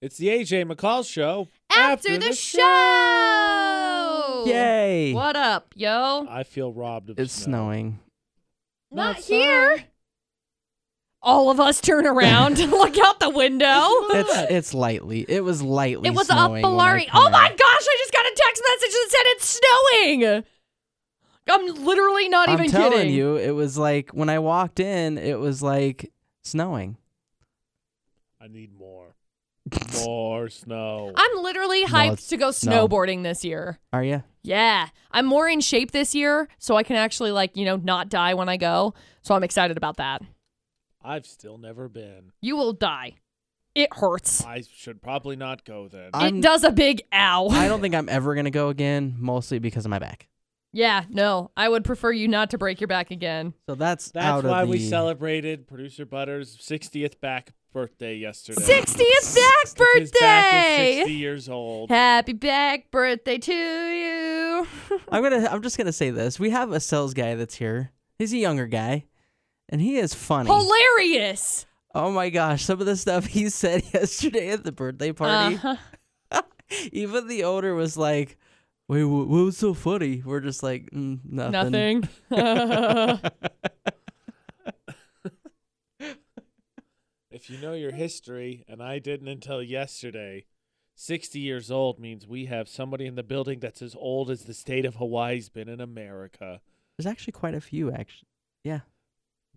It's the AJ McCall show. After, the, show. Yay! What up, yo? I feel robbed of It's snow. snowing. Not Outside. here. All of us turn around to look out the window. It's it's lightly. It was lightly. It was a snowing when I Bellari. come Oh my out. gosh, I just got a text message that said it's snowing. I'm literally not I'm even telling kidding. you, it was like when I walked in, it was like snowing. I need more. More snow. I'm literally it's- hyped to go no. snowboarding this year. Are you? Yeah, I'm more in shape this year, so I can actually like, you know, not die when I go. So I'm excited about that. I've still never been. You will die. It hurts. I should probably not go then. I'm- it does a big ow. I don't think I'm ever gonna go again, mostly because of my back. yeah, no. I would prefer you not to break your back again. So that's That's out why of the, we celebrated producer Butter's 60th back birthday yesterday. 60th back His back is birthday. 60 years old. Happy back birthday to you. I'm gonna. I'm just gonna say this. We have a sales guy that's here. He's a younger guy, and he is funny. Hilarious. oh my gosh! Some of the stuff he said yesterday at the birthday party. Uh-huh. Even the owner was like, "Wait, wh- what was so funny?" We're just like, mm, nothing. Nothing. If you know your history, and I didn't until yesterday, 60 years old means we have somebody in the building that's as old as the state of Hawaii's been in America. There's actually quite a few. Actually, yeah.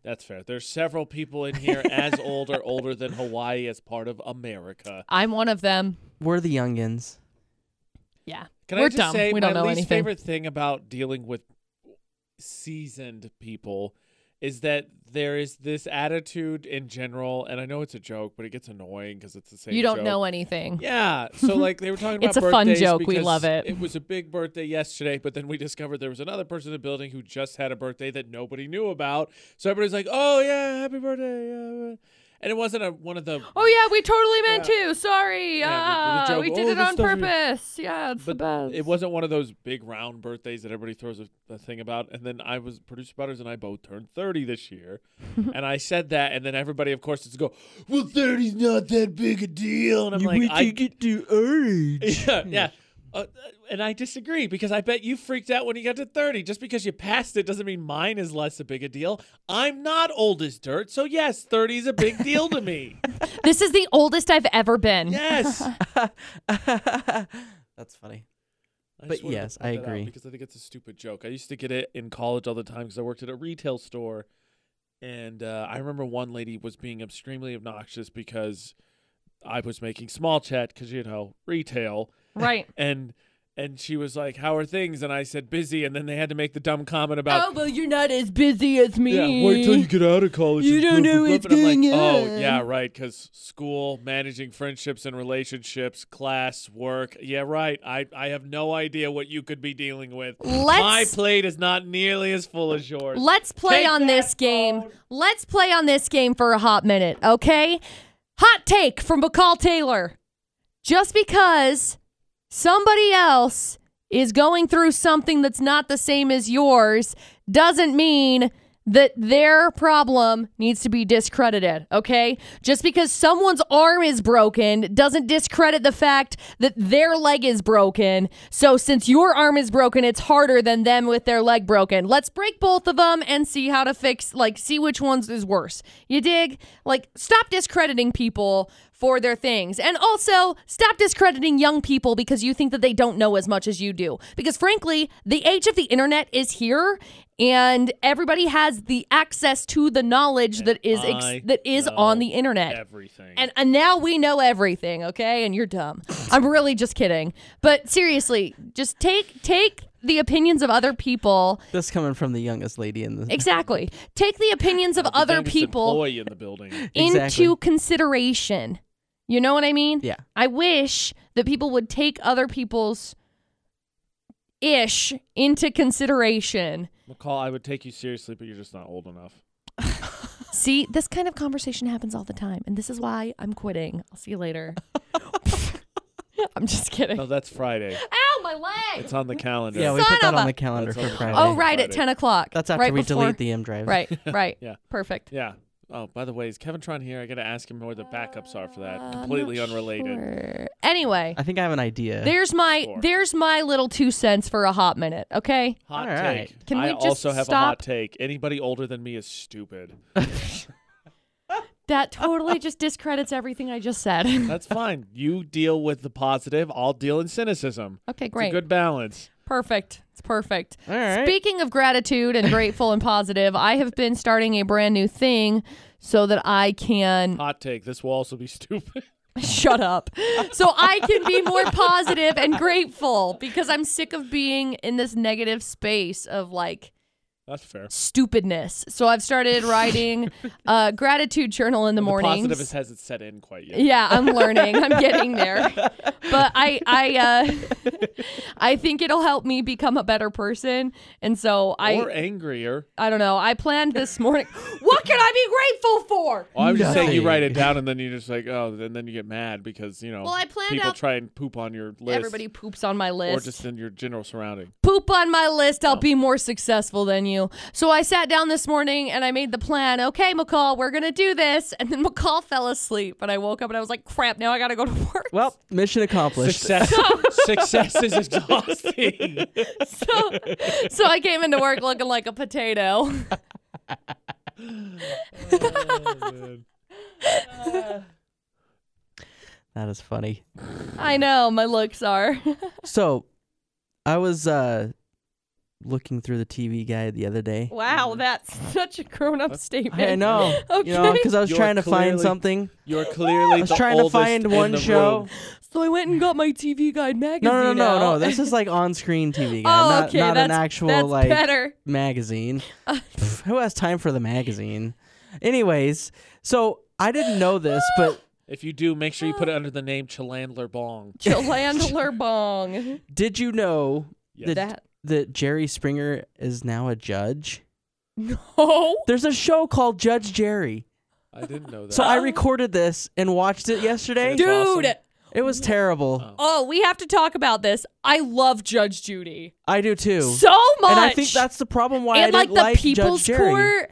That's fair. There's several people in here as old or older than Hawaii as part of America. I'm one of them. We're the youngins. Yeah. Can We're I just dumb. say we my don't know least anything. favorite thing about dealing with seasoned people is that there is this attitude in general, and I know it's a joke, but it gets annoying because it's the same. you don't joke. know anything. Yeah. So like they were talking about It's a fun birthdays joke. We because love it. It was a big birthday yesterday, but then we discovered there was another person in the building who just had a birthday that nobody knew about. So everybody's like, "Oh yeah, happy birthday!" yeah." And it wasn't a, one of the. Oh yeah, we totally meant Yeah. to. Sorry. Yeah, Yeah, the- the we joke, did "Oh, it this on doesn't- purpose. Yeah, it's the But best. it wasn't one of those big round birthdays that everybody throws a, a thing about. And then I was producer butters and I both turned thirty this year, and I said that, and then everybody, of course, is go, "Well, 30's not that big a deal," and I'm like, "I get to age. yeah, yeah. Uh, and I disagree because I bet you freaked out when you got to 30. Just because you passed it doesn't mean mine is less a big a deal. I'm not old as dirt. So, yes, 30 is a big deal to me. This is the oldest I've ever been. Yes. That's funny. I just But wanted to yes, point I that out agree. Because I think it's a stupid joke. I used to get it in college all the time because I worked at a retail store. And uh, I remember one lady was being extremely obnoxious because I was making small chat because, you know, retail. Right. and and she was like, "How are things?" And I said, "Busy." And then they had to make the dumb comment about, Oh, well, you're not as busy as me. "Yeah, wait till you get out of college." You and don't know what's but I'm like, going "Oh on." yeah, right." Because school, managing friendships and relationships, class, work. Yeah, right. I I have no idea what you could be dealing with. My Let's plate is not nearly as full as yours. let's play Take that on this game. phone. Let's play on this game for a hot minute, okay? Hot take from Bacall Taylor. Just because somebody else is going through something that's not the same as yours doesn't mean that their problem needs to be discredited, okay? Just because someone's arm is broken doesn't discredit the fact that their leg is broken. So since your arm is broken, it's harder than them with their leg broken. Let's break both of them and see how to fix like see which ones is worse. You dig? Like stop discrediting people for their things. And also, stop discrediting young people because you think that they don't know as much as you do. Because frankly, the age of the internet is here and everybody has the access to the knowledge that is I ex- that is on know the internet. everything. And, and now we know everything, okay? And you're dumb. I'm really just kidding. But seriously, just take take the opinions of other people. This coming from the youngest lady in the. Exactly. Take the opinions of The other youngest people employee in the building. Exactly. into consideration. You know what I mean? Yeah. I wish that people would take other people's ish into consideration. McCall, I would take you seriously, but you're just not old enough. See, this kind of conversation happens all the time, and this is why I'm quitting. I'll see you later. I'm just kidding. No, that's Friday. Ow, my leg! It's on the calendar. Yeah, we Son put that of on a- the calendar That's on for the Friday. calendar. Oh, right, at Friday. 10 o'clock. That's after right we before- delete the M drive. Right, right. Yeah. Perfect. Yeah. Oh, by the way, is Kevin Tron here? I got to ask him where the backups are for that. Uh, I'm Completely not unrelated. sure. Anyway, I think I have an idea. there's my Sure. there's my little two cents for a hot minute. Okay, Hot All right. take. Can we I just also have a stop? hot take. Anybody older than me is stupid. that totally just discredits everything I just said. That's fine. You deal with the positive. I'll deal in cynicism. okay, It's a great, good balance. perfect. It's perfect. All right. Speaking of gratitude and grateful and positive, I have been starting a brand new thing so that I can Hot take. This will also be stupid. Shut up. So I can be more positive and grateful because I'm sick of being in this negative space of like That's fair. stupidness. So I've started writing a gratitude journal in the The mornings. positivist hasn't set in quite yet. yeah, I'm learning. I'm getting there. But I I uh I think it'll help me become a better person. And so I or angrier. I don't know. I planned this morning. what can I be grateful for? Oh, I'm just saying you Nothing. write it down and then you're just like, oh, and then you get mad because, you know, Well, I planned people out- try and poop on your list. Everybody poops on my or list. just in your general surrounding. poop on my list. Oh. I'll be more successful than you. So I sat down this morning and I made the plan. Okay, McCall, we're going to do this. And then McCall fell asleep. And I woke up and I was like, crap, now I got to go to work. well, mission accomplished. Success, success is exhausting. so, so I came into work looking like a potato. Oh, Uh, That is funny. I know, my looks are. So, I was uh looking through the TV guide the other day. wow, that's such a grown up statement. Mm. I know. You know, Okay. because I was You're trying to find clearly- something. You're clearly I was the trying to oldest find in one the show. room. So I went and got my TV Guide magazine. No, no, no, no, out. no. This is like on-screen TV guide, oh, not, okay. not that's, an actual that's like better. Uh, magazine. Pff, Who has time for the magazine? Anyways, so I didn't know this, but If you do, make sure you put it under the name Chalandler Bong. Chilandler bong. did you know Yes. that That. that Jerry Springer is now a judge? No. There's a show called Judge Jerry. I didn't know that. So I recorded this and watched it yesterday. That's Oh. Dude. awesome. It was terrible. Oh. Oh, we have to talk about this. I love Judge Judy I do too. so much. And I think that's the problem why I and didn't like like, the People's Judge Jerry. Court.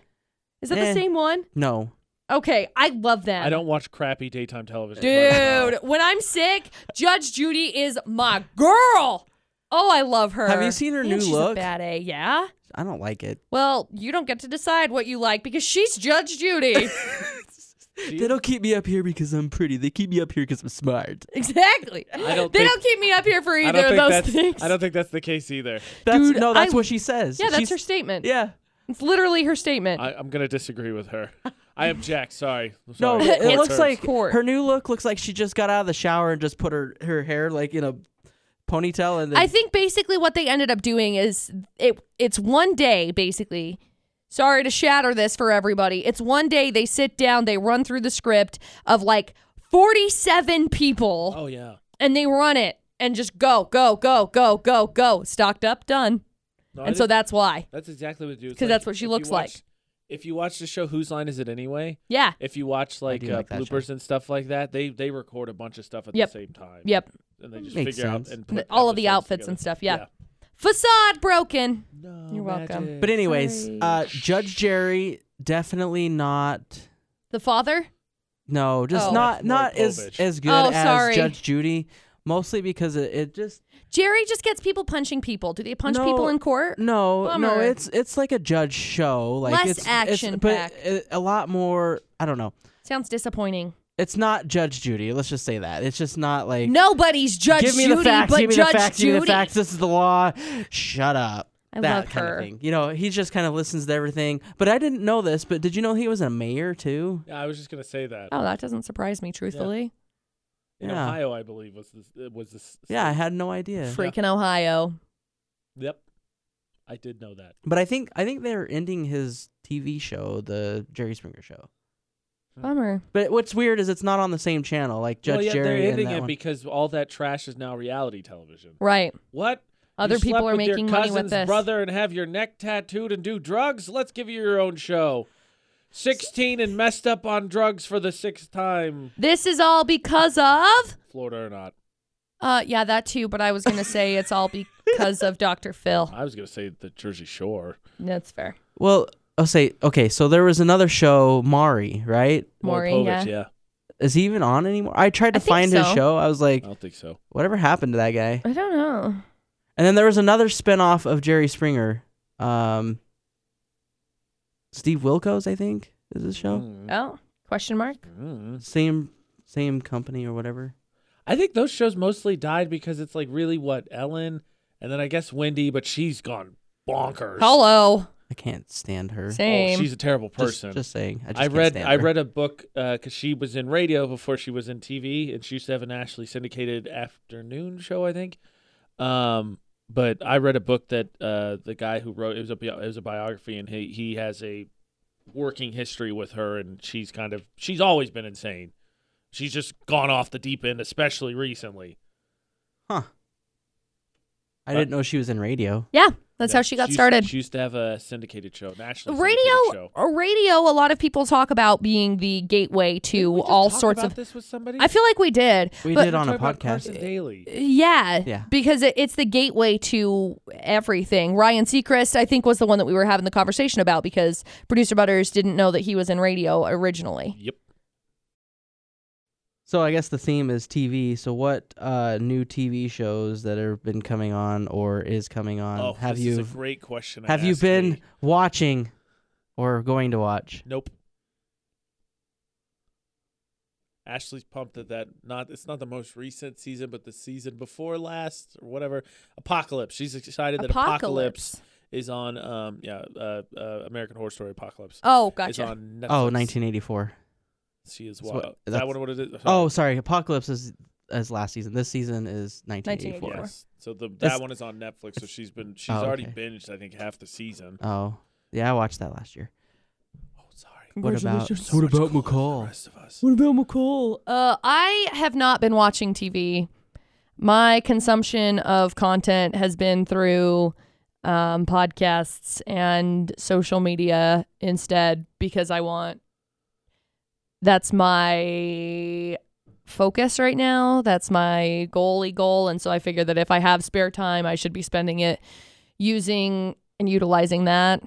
Is that the Eh. same one? No. Okay, I love that. I don't watch crappy daytime television. so I don't know. Dude, when I'm sick, Judge Judy is my girl. Oh, I love her. Have you seen her Man, new she's look? A bad A, yeah. I don't like it. Well, you don't get to decide what you like because she's Judge Judy. They don't keep me up here because I'm pretty. They keep me up here because I'm smart. exactly. I don't they think- don't keep me up here for I either don't of think those that's, things. I don't think that's the case either. That's Dude, no, that's I- what she says. yeah, that's She's- her statement. Yeah. It's literally her statement. I, I'm gonna disagree with her. I object. Sorry. I'm No, sorry. it Court looks terms. like Court. her new look looks like she just got out of the shower and just put her, her hair like in a ponytail and then I think basically what they ended up doing is it it's one day basically. Sorry to shatter this for everybody. It's one day they sit down, they run through the script of like 47 people Oh yeah. and they run it and just go, go, go, go, go, go. Stocked up, done. No, I And so didn't- that's why. that's exactly what you do. It's 'Cause that's what she if you looks watch- like. If you watch the show Whose Line Is It Anyway, Yeah. if you watch like, do uh, like that show. bloopers and stuff like that, they they record a bunch of stuff at Yep. the same time. Yep. And they just Makes figure sense. out and The- put all of the episodes outfits and together. stuff, yeah. Facade broken. You're welcome. But anyways, uh Judge Jerry definitely not The father? No, just Oh. not That's not Maury as Povich. as good Oh, as sorry. Judge Judy. Mostly because it, it just Jerry just gets people punching people. Do they punch No. people in court? no no Bummer. it's it's like a judge show like Less it's, it's- action-packed. but it- a lot more I don't know Sounds disappointing. it's not Judge Judy let's just say that it's just not like Nobody's Judge give me Judy the facts but give me Judge the facts Judy. give me the facts this is the law shut up I that love kind her. of thing you know he just kind of listens to everything but I didn't know this but did you know he was a mayor too Yeah, I was just gonna say that. Oh, that doesn't surprise me, truthfully. In yeah. Ohio, I believe was this uh, was this. yeah I had no idea Freaking Ohio. Yep. I did know that. but I think I think they're ending his TV show the Jerry Springer show. Bummer. But what's weird is it's not on the same channel, like Judge well, yeah, Jerry they're and ending that it one. because all that trash is now reality television. Right. What? Other you people slept are with making your money with cousin's this. brother and have your neck tattooed and do drugs. Let's give you your own show. Sixteen and messed up on drugs for the sixth time. This is all because of Florida or not? uh yeah, that too, but I was gonna say it's all because of Dr. Phil. I was gonna say the Jersey Shore. That's fair. well, I'll say okay. So there was another show, Mari, right? Maury, Markovich, yeah. yeah. Is he even on anymore? I tried I to think find his so. show. I was like, I don't think so. whatever happened to that guy? I don't know. And then there was another spinoff of Jerry Springer. Um, Steve Wilkos, I think, is his show. Mm, Oh, question mark. mm. Same same company or whatever. I think those shows mostly died because it's like really what Ellen, and then I guess Wendy, but she's gone bonkers. Oh, Hello. I can't stand her. Same. she's a terrible Just, person. just saying. I, just I can't read stand I her. read a book because she was in radio before she was in TV, and she used to have an Ashley syndicated afternoon show, I think. Um, but I read a book that uh, the guy who wrote it was a bi- it was a biography, and he he has a working history with her, and she's kind of she's always been insane. She's just gone off the deep end, especially recently. I didn't know she was in radio. yeah, that's Yeah, how she got used- started. She used to have a syndicated show, national syndicated radio, show. uh, radio. A lot of people talk about being the gateway Didn't we to just all talk sorts about of. this with somebody. I feel Uh, like we did. We but- did on a Talk about podcast. Carson Daily. Yeah, Yeah. because it, it's the gateway to everything. Ryan Seacrest, I think, was the one that we were having the conversation about because producer Butters didn't know that he was in radio originally. Yep. So I guess the theme is TV. So what uh, new TV shows that have been coming on or is coming on oh, Uh, have this you Is a great question. to have you ask been me. watching or going to watch? Nope. Ashley's pumped at that. Not it's not the most recent season, but the season before last or whatever. Apocalypse. She's excited that Apocalypse, is on. Um, yeah, uh, uh, American Horror Story Apocalypse Oh, is gotcha. on Netflix. Oh, 1984. She is That's wild. what- Is that that's- one what it is? Oh, sorry. Apocalypse is as last season. This season is 1984. four. yes. So the, that That's- one is on Netflix. So she's been she's Oh, already okay. binged. I think half the season. Oh. Yeah, I watched that last year. Oh, sorry. What about So much cooler than The rest of us. What about McCall? Uh, I have not been watching TV. My consumption of content has been through um, podcasts and social media instead because I want. That's my focus right now. That's my goalie goal. And so I figure that if I have spare time, I should be spending it using and utilizing that.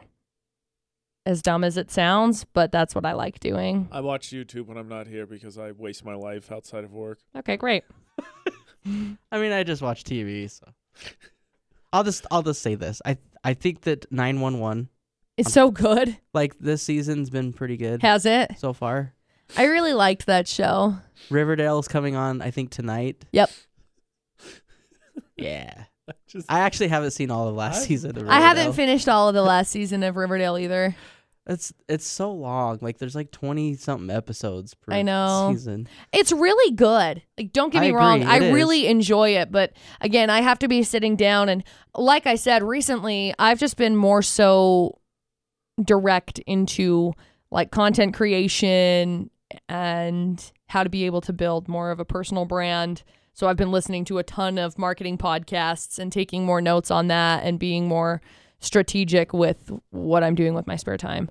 As dumb as it sounds, but that's what I like doing. I watch YouTube when I'm not here because I waste my life outside of work. Okay, great. I mean, I just watch TV, so I'll just I'll just say this. I I think that 911 It's so good. like this season's been pretty good Has it? so far. I really liked that show. Riverdale's coming on, I think tonight. Yep. Yeah. Just I actually haven't seen all of last I- season. Of I haven't Riverdale. finished all of the last season of Riverdale either. It's it's so long. Like there's like 20 something episodes per I know. season. It's really good. Like don't get I me agree, wrong, I it is. really enjoy it, but again, I have to be sitting down and like I said recently, I've just been more so direct into like content creation and how to be able to build more of a personal brand. So I've been listening to a ton of marketing podcasts and taking more notes on that and being more strategic with what I'm doing with my spare time.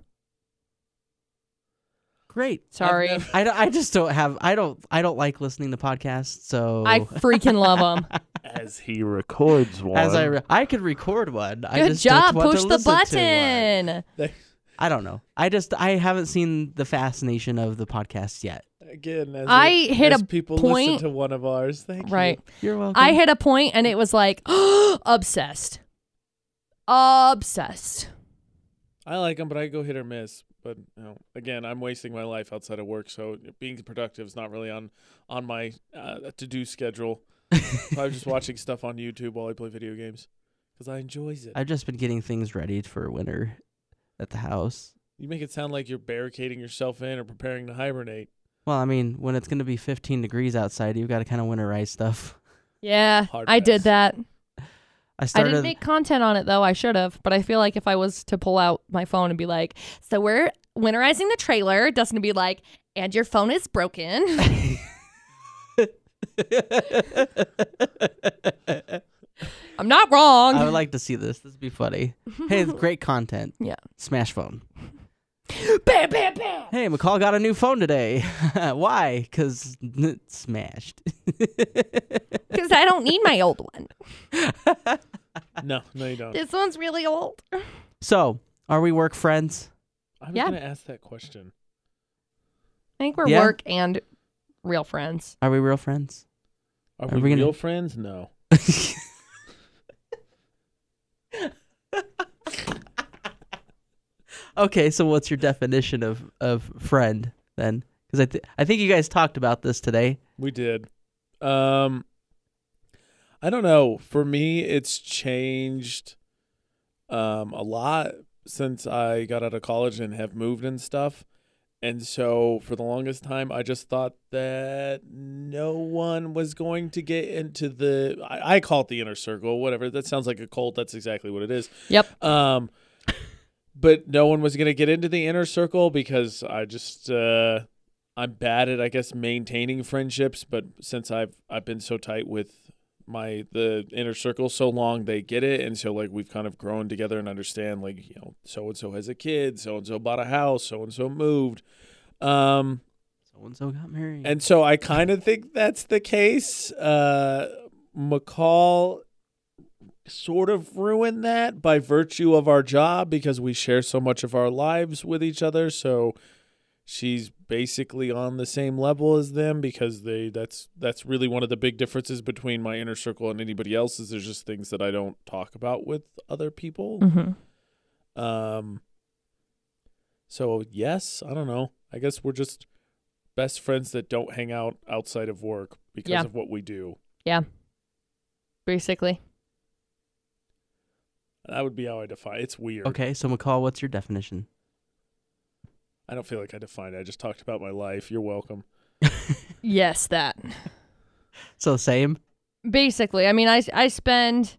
Great. Sorry. never- I, don't- I just don't have I don't I don't like listening to podcasts, so I freaking love them. as he records one. as I re- I could record one. I Good just don't job. want to Push the listen to one. button. I don't know. I just I haven't seen the fascination of the podcast yet. again, as I it- hit as a people point- listen to one of ours. Thank you. Right. You're welcome. I hit a point and it was like obsessed. Obsessed. I like them, but I go hit or miss. But you know, again, I'm wasting my life outside of work, so being productive is not really on on my uh, to do schedule. so I'm just watching stuff on YouTube while I play video games because I enjoys it. I've just been getting things ready for winter at the house. you make it sound like you're barricading yourself in or preparing to hibernate. Well, I mean, when it's going to be 15 degrees outside, you've got to kind of winterize stuff. Yeah, Hard I did pass. that. I I started. didn't make content on it though. I should have, but I feel like if I was to pull out my phone and be like, "So we're winterizing the trailer," Dustin would be like, "And your phone is broken." I'm not wrong. I would like to see this. This would be funny. Hey, it's great content. Yeah. Smash phone. bam, bam, bam. Hey, McCall got a new phone today. Why? Because it's smashed. Because I don't need my old one. No, no, you don't. This one's really old. So, are we work friends? I was Yeah. gonna ask that question. I think we're Yeah. work and real friends. Are we real friends? Are, Are we, we gonna- real friends? No. okay, so what's your definition of of friend then? Because I th- I think you guys talked about this today. We did. Um I don't know. For me, it's changed um a lot since I got out of college and have moved and stuff. And so for the longest time I just thought that no one was going to get into the I, I call it the inner circle, whatever. That sounds like a cult, that's exactly what it is. Yep. Um but no one was going to get into the inner circle because I just uh I'm bad at I guess maintaining friendships, but since I've I've been so tight with my the inner circle so long they get it and so like we've kind of grown together and understand like you know so and so has a kid so and so bought a house so and so moved um So and so got married. and so I kind of think that's the case. Uh, McCall sort of ruined that by virtue of our job because we share so much of our lives with each other. So she's basically on the same level as them because they that's that's really one of the big differences between my inner circle and anybody else is there's just things that I don't talk about with other people. Mm-hmm. Um so yes, I don't know. I guess we're just best friends that don't hang out outside of work because Yeah. of what we do. Basically. That would be how I define it's weird. okay, so McCall, what's your definition? I don't feel like I defined it. I just talked about my life. You're welcome. Yes, that. So same. Basically. I mean, I, I spend.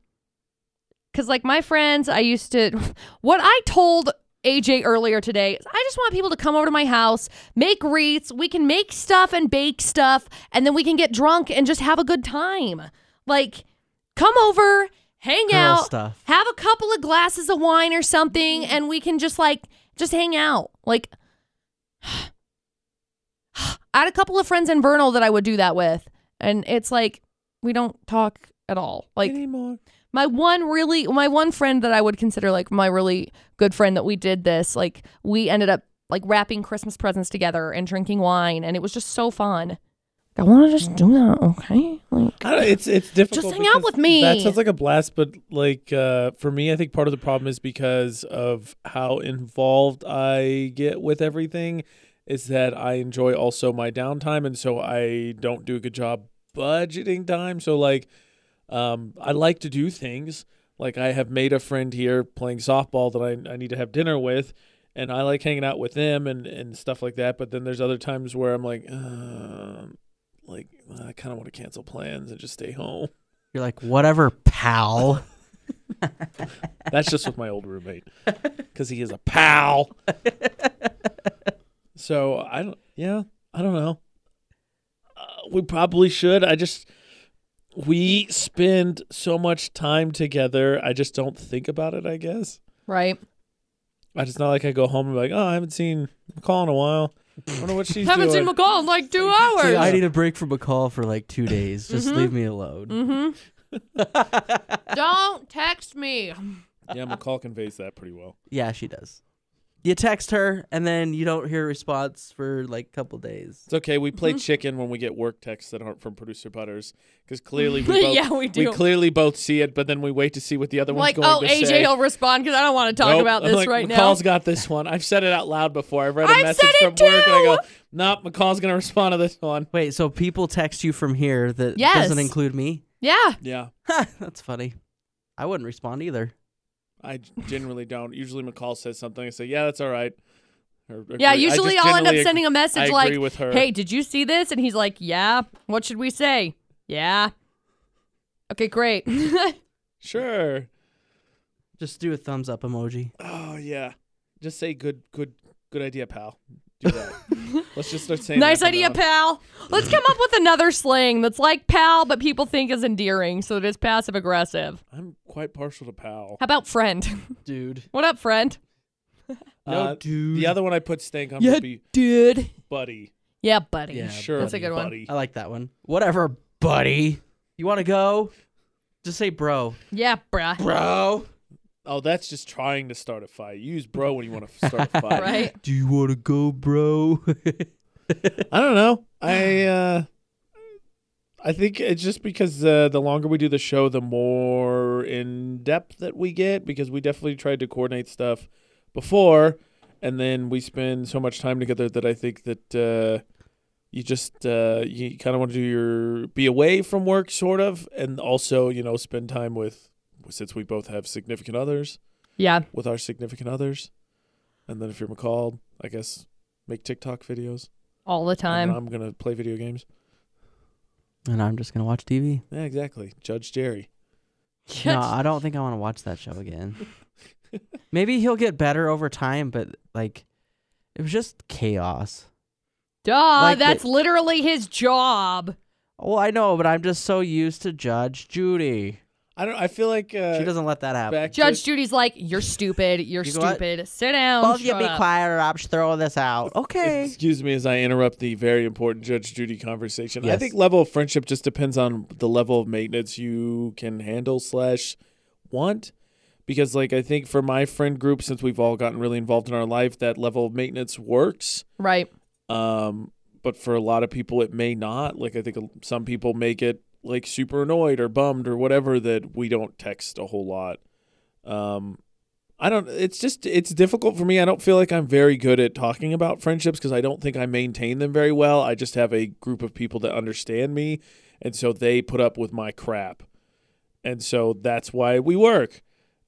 Because, like, my friends, I used to. What I told AJ earlier today is I just want people to come over to my house, make wreaths. We can make stuff and bake stuff, and then we can get drunk and just have a good time. Like, come over, hang Girl out. stuff. have a couple of glasses of wine or something and we can just like just hang out like i had a couple of friends in vernal that i would do that with and it's like we don't talk at all like anymore. my one really my one friend that i would consider like my really good friend that we did this like we ended up like wrapping christmas presents together and drinking wine and it was just so fun i want to just do that okay like I don't, it's it's difficult. hang out because with me. That sounds like a blast, but like uh, for me, I think part of the problem is because of how involved I get with everything. Is that I enjoy also my downtime, and so I don't do a good job budgeting time. So like, um, I like to do things. Like I have made a friend here playing softball that I, I need to have dinner with, and I like hanging out with them and and stuff like that. But then there's other times where I'm like. Uh, like I kind of want to cancel plans and just stay home. You're like whatever, pal. That's just with my old roommate because he is a pal. So I don't. Yeah, I don't know. Uh, we probably should. I just we spend so much time together. I just don't think about it. I guess. right I just not like I go home and be like, oh, I haven't seen McCall in a while. I don't know what she's haven't doing. seen mccall in like two hours See, I need a break from McCall for like two days. Just Mhm. leave me alone. Mm-hmm. Don't text me. yeah, McCall conveys that pretty well. Yeah, she does. You text her and then you don't hear a response for like a couple days. It's okay. We Mm-hmm. play chicken when we get work texts that aren't from producer Butters because clearly we both Yeah, we do. clearly both see it, but then we wait to see what the other Like, one's oh, going to AJ say. will respond because I don't want to talk Nope. about I'm this like, right McCall's now. got this one. I've said it out loud before. I've read a I've message said from it work and I go, too! nope, McCall's going to respond to this one. Wait, so people text you from here that Yes. doesn't include me? Yeah, Yeah, Huh, That's funny. I wouldn't respond either. I generally don't. Usually McCall says something. I say, yeah, that's all right. Or yeah. agree. I Usually, just I'll end up generally ag- sending a I message agree like, with her. "Hey, did you see this?" And he's like, "Yeah." What should we say? Yeah. Okay, great. Sure. Just do a thumbs up emoji. Oh, yeah. Just say good, good, good idea, pal. Do that. Let's just start saying nice that from now idea, on. pal. Let's come up with another slang that's like pal, but people think is endearing, so it is passive aggressive. I'm quite partial to pal. How about friend? Dude. what up, friend? No, Uh, dude. The other one I put stank on would be Mm. dude. buddy. Yeah, buddy. Yeah, sure, that's a good one. buddy. I like that one. Whatever, buddy. You want to go? Just say bro. Yeah, bruh. Bro. Oh, that's just trying to start a fight. You use bro when you want to start a fight. Right? Do you want to go, bro? I don't know. I uh, I think it's just because uh, the longer we do the show, the more in depth that we get because we definitely tried to coordinate stuff before, and then we spend so much time together that I think that uh, you just uh, you kind of want to do your be away from work, sort of, and also you know spend time with since we both have significant others Yeah. with our significant others, and then if you're McCalled, I guess make TikTok videos. All the And time. I'm gonna play video games. and I'm just gonna watch TV. Yeah, exactly. Judge Jerry. No, I don't think I want to watch that show again. Maybe he'll get better over time, but like, it was just chaos. Duh, Like the- that's literally his job. Well, I know, but I'm just so used to Judge Judy. I don't. I feel like uh, She doesn't let that happen. back Judge To, Judy's like, you're stupid. You're You go out- stupid. Sit down. Both you shut be up." quiet or I'm throwing this out. Okay. excuse me as I interrupt the very important Judge Judy conversation. I Yes. think level of friendship just depends on the level of maintenance you can handle slash want. Because like I think for my friend group, since we've all gotten really involved in our life, that level of maintenance works. Right. Um, but for a lot of people, it may not. Like I think some people may get like super annoyed or bummed or whatever that we don't text a whole lot. Um, I don't. It's just it's difficult for me. I don't feel like I'm very good at talking about friendships because I don't think I maintain them very well. I just have a group of people that understand me, and so they put up with my crap, and so that's why we work.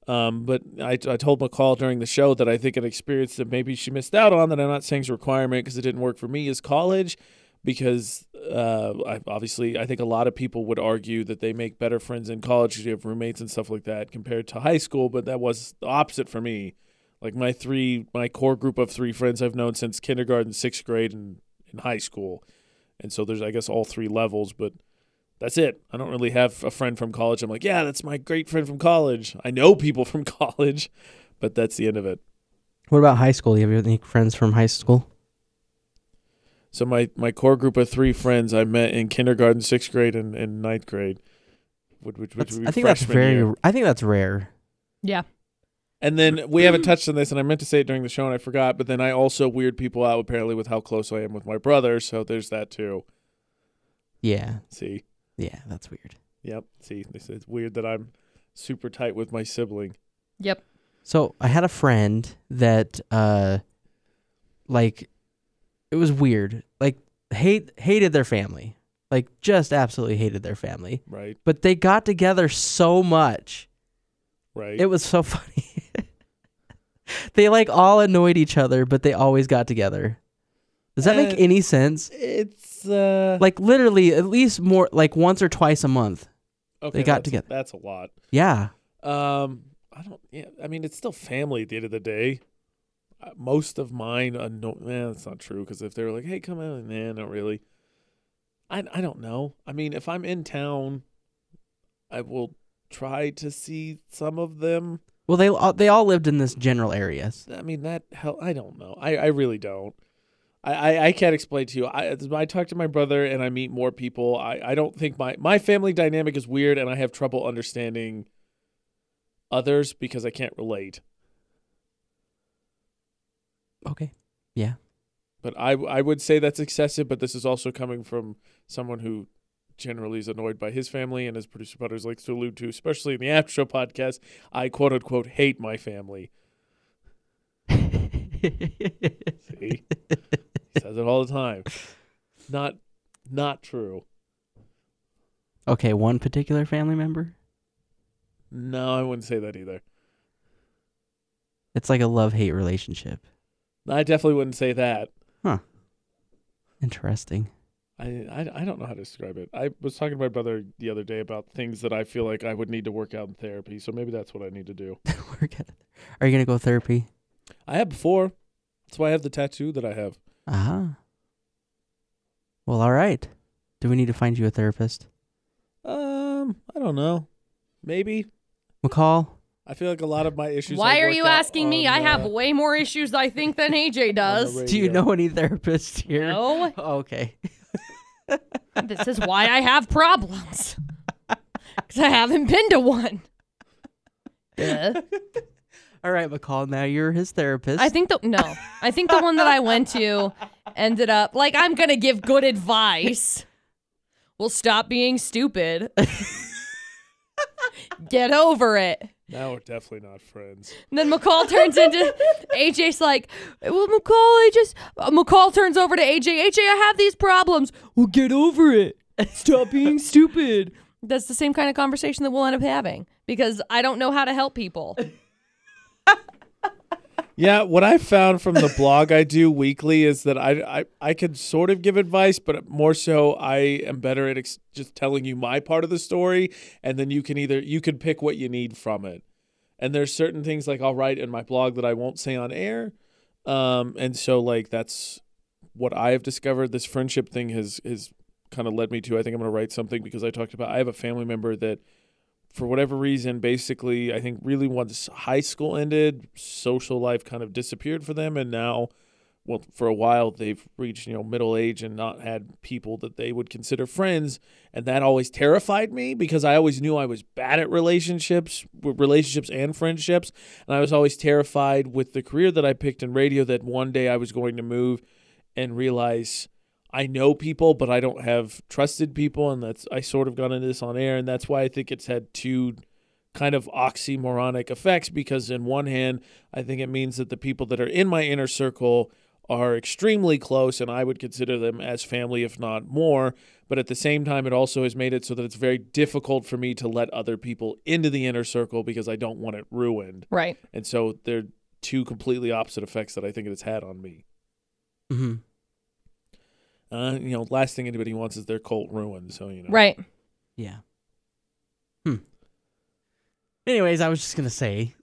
Um, but I, I told McCall during the show that I think an experience that maybe she missed out on that I'm not saying is a requirement because it didn't work for me is college. Because uh, I, obviously, I think a lot of people would argue that they make better friends in college because you have roommates and stuff like that compared to high school. But that was the opposite for me. Like my three, my core group of three friends I've known since kindergarten, sixth grade, and in high school. And so there's, I guess, all three levels. But that's it. I don't really have a friend from college. I'm like, yeah, that's my great friend from college. I know people from college, but that's the end of it. What about high school? Do you have any friends from high school? So my, my core group of three friends I met in kindergarten, sixth grade, and, and ninth grade. Which, which, which That's- would be I think that's freshman very. year. I think that's rare. Yeah. And then we haven't touched on this, and I meant to say it during the show, and I forgot. But then I also weird people out apparently with how close I am with my brother. So there's that too. Yeah. See, Yeah, that's weird. yep. See, this is weird that I'm super tight with my sibling. Yep. So I had a friend that uh like it was weird. Like hate hated their family. Like just absolutely hated their family. Right, But they got together so much. right. It was so funny. they like all annoyed each other, but they always got together. Does that Uh, make any sense? it's uh, Like literally at least more like once or twice a month. okay, they that's- got together. That's a lot. Yeah. Um, I don't. Yeah, I mean, it's still family at the end of the day. Uh, Most of mine, anno- eh, that's not true. Because if they were like, "Hey, come out," nah, not really. I I don't know. I mean, if I'm in town, I will try to see some of them. Well, they all, they all lived in this general area. I mean, that hell, I don't know. I I really don't. I, I, I can't explain to you. I I talk to my brother and I meet more people. I, I don't think my my family dynamic is weird and I have trouble understanding others because I can't relate. Okay. but I I would say that's excessive. But this is also coming from someone who generally is annoyed by his family, and as producer Butters likes to allude to, especially in the after show podcast, I quote unquote hate my family. See, he says it all the time. Not not true. Okay, one particular family member. No, I wouldn't say that either. It's like a love hate relationship. I definitely wouldn't say that. Interesting. I, I, I don't know how to describe it. I was talking to my brother the other day about things that I feel like I would need to work out in therapy. So maybe that's what I need to do. We're gonna- Are you gonna go therapy? I have before. That's why I have the tattoo that I have. Uh huh. Well, all right. Do we need to find you a therapist, Um, I don't know. Maybe McCall? I feel like a lot of my issues. Why I are work you out asking me? on, I have uh, way more issues, I think, than AJ does. Do you radio. know any therapists here? Oh, No, Okay. this is why I have problems. Because I haven't been to one. Duh. All right, McCall, now you're his therapist. I think the no. I think the one that I went to ended up like I'm gonna give good advice. Well, stop being stupid. Get over it. Now we're definitely not friends. And then McCall turns into AJ's like, well, McCall, I just uh, McCall turns over to AJ. AJ, I have these problems. Well, get over it. Stop being stupid. That's the same kind of conversation that we'll end up having because I don't know how to help people. Yeah, what I found from the blog I do weekly is that I I, I can sort of give advice, but more so I am better at ex- just telling you my part of the story, and then you can either you can pick what you need from it. And there's certain things like I'll write in my blog that I won't say on air, um, and so like that's what I have discovered. This friendship thing has has kind of led me to. I think I'm going to write something because I talked about I have a family member that for whatever reason, basically, I think really once high school ended, social life kind of disappeared for them, and now, well, for a while they've reached you know middle age and not had people that they would consider friends, and that always terrified me because I always knew I was bad at relationships, with relationships and friendships, and I was always terrified with the career that I picked in radio that one day I was going to move and realize I know people, but I don't have trusted people, and that's I sort of got into this on air, and that's why I think it's had two kind of oxymoronic effects. Because in one hand, I think it means that the people that are in my inner circle are extremely close, and I would consider them as family, if not more. But at the same time, it also has made it so that it's very difficult for me to let other people into the inner circle because I don't want it ruined. Right. And so they're two completely opposite effects that I think it has had on me. hmm Mm-hmm. Uh, you know, last thing anybody wants is their cult ruined. So you know, Right. Yeah. Hmm. Anyways, I was just gonna say,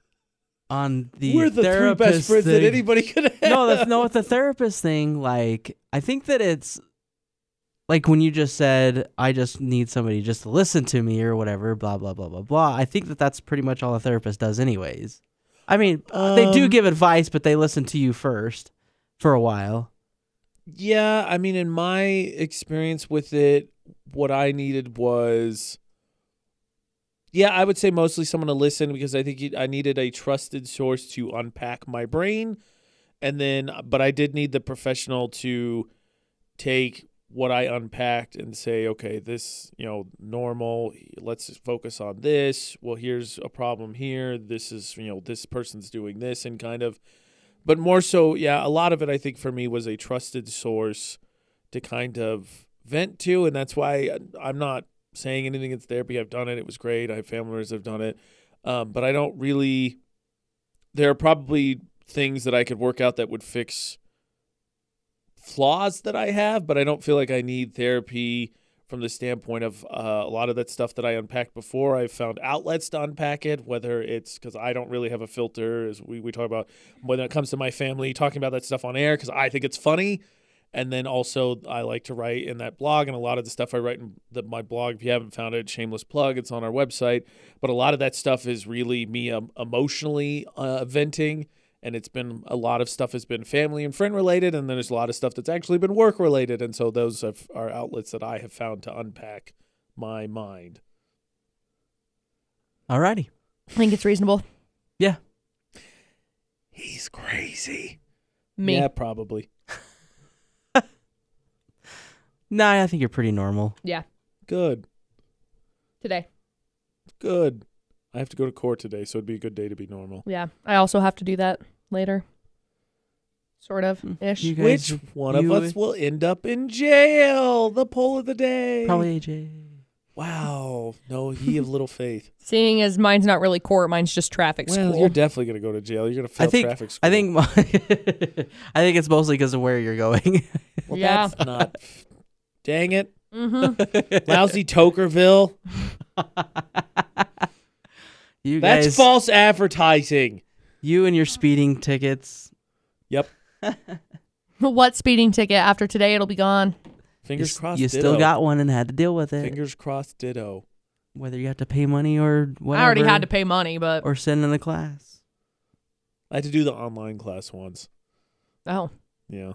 on the We're the three therapist best friends thing, that anybody could have. no, that's no, with the therapist thing. Like, I think that it's like when you just said, "I just need somebody just to listen to me" or whatever, blah blah blah blah blah. I think that that's pretty much all a therapist does, anyways. I mean, they do Um, give advice, but they listen to you first for a while. Yeah, I mean, in my experience with it, what I needed was, yeah, I would say mostly someone to listen because I think it- I needed a trusted source to unpack my brain, and then, but I did need the professional to take what I unpacked and say, okay, this, you know, normal, let's just focus on this. Well, here's a problem here. This is, you know, this person's doing this and kind of but more so, yeah, a lot of it I think for me was a trusted source to kind of vent to, and that's why I'm not saying anything against therapy. I've done it; it was great. I have family members that have done it, um, but I don't really. There are probably things that I could work out that would fix flaws that I have, but I don't feel like I need therapy from the standpoint of uh, a lot of that stuff that I unpacked before. I've found outlets to unpack it, whether it's because I don't really have a filter, as we, we talk about when it comes to my family talking about that stuff on air because I think it's funny. And then also, I like to write in that blog, and a lot of the stuff I write in the, my blog, if you haven't found it, shameless plug, it's on our website. But a lot of that stuff is really me um, emotionally uh, venting, and it's been a lot of stuff has been family and friend related, and then there's a lot of stuff that's actually been work related. And so, those have, are outlets that I have found to unpack my mind. Alrighty. I think it's reasonable. Yeah. He's crazy. Me. Yeah, probably. Nah, I think you're pretty normal. Yeah. Good. Today. Good. I have to go to court today, so it'd be a good day to be normal. Yeah. I also have to do that later. Sort of ish. You guys, Which one of you- us will end up in jail? The poll of the day. probably AJ. Wow. No, ye of little faith. Seeing as mine's not really court, mine's just traffic well, school. you're definitely gonna go to jail. You're gonna fail I think traffic school. I think my- I think it's mostly because of where you're going. Well, Yeah. that's not. Dang it, mm-hmm. lousy Tokerville. you That's guys, false advertising. you and your speeding tickets. Yep. what speeding ticket? After today, it'll be gone. Fingers you, s- crossed. You ditto. still got one and had to deal with it. Fingers crossed. Ditto. Whether you have to pay money or whatever. I already had to pay money, but Or send in the class. I had to do the online class once. oh. Yeah.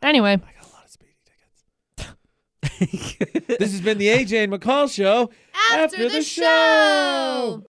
Anyway, I got a lot of speeding tickets. This has been the AJ and McCall Show. After the show.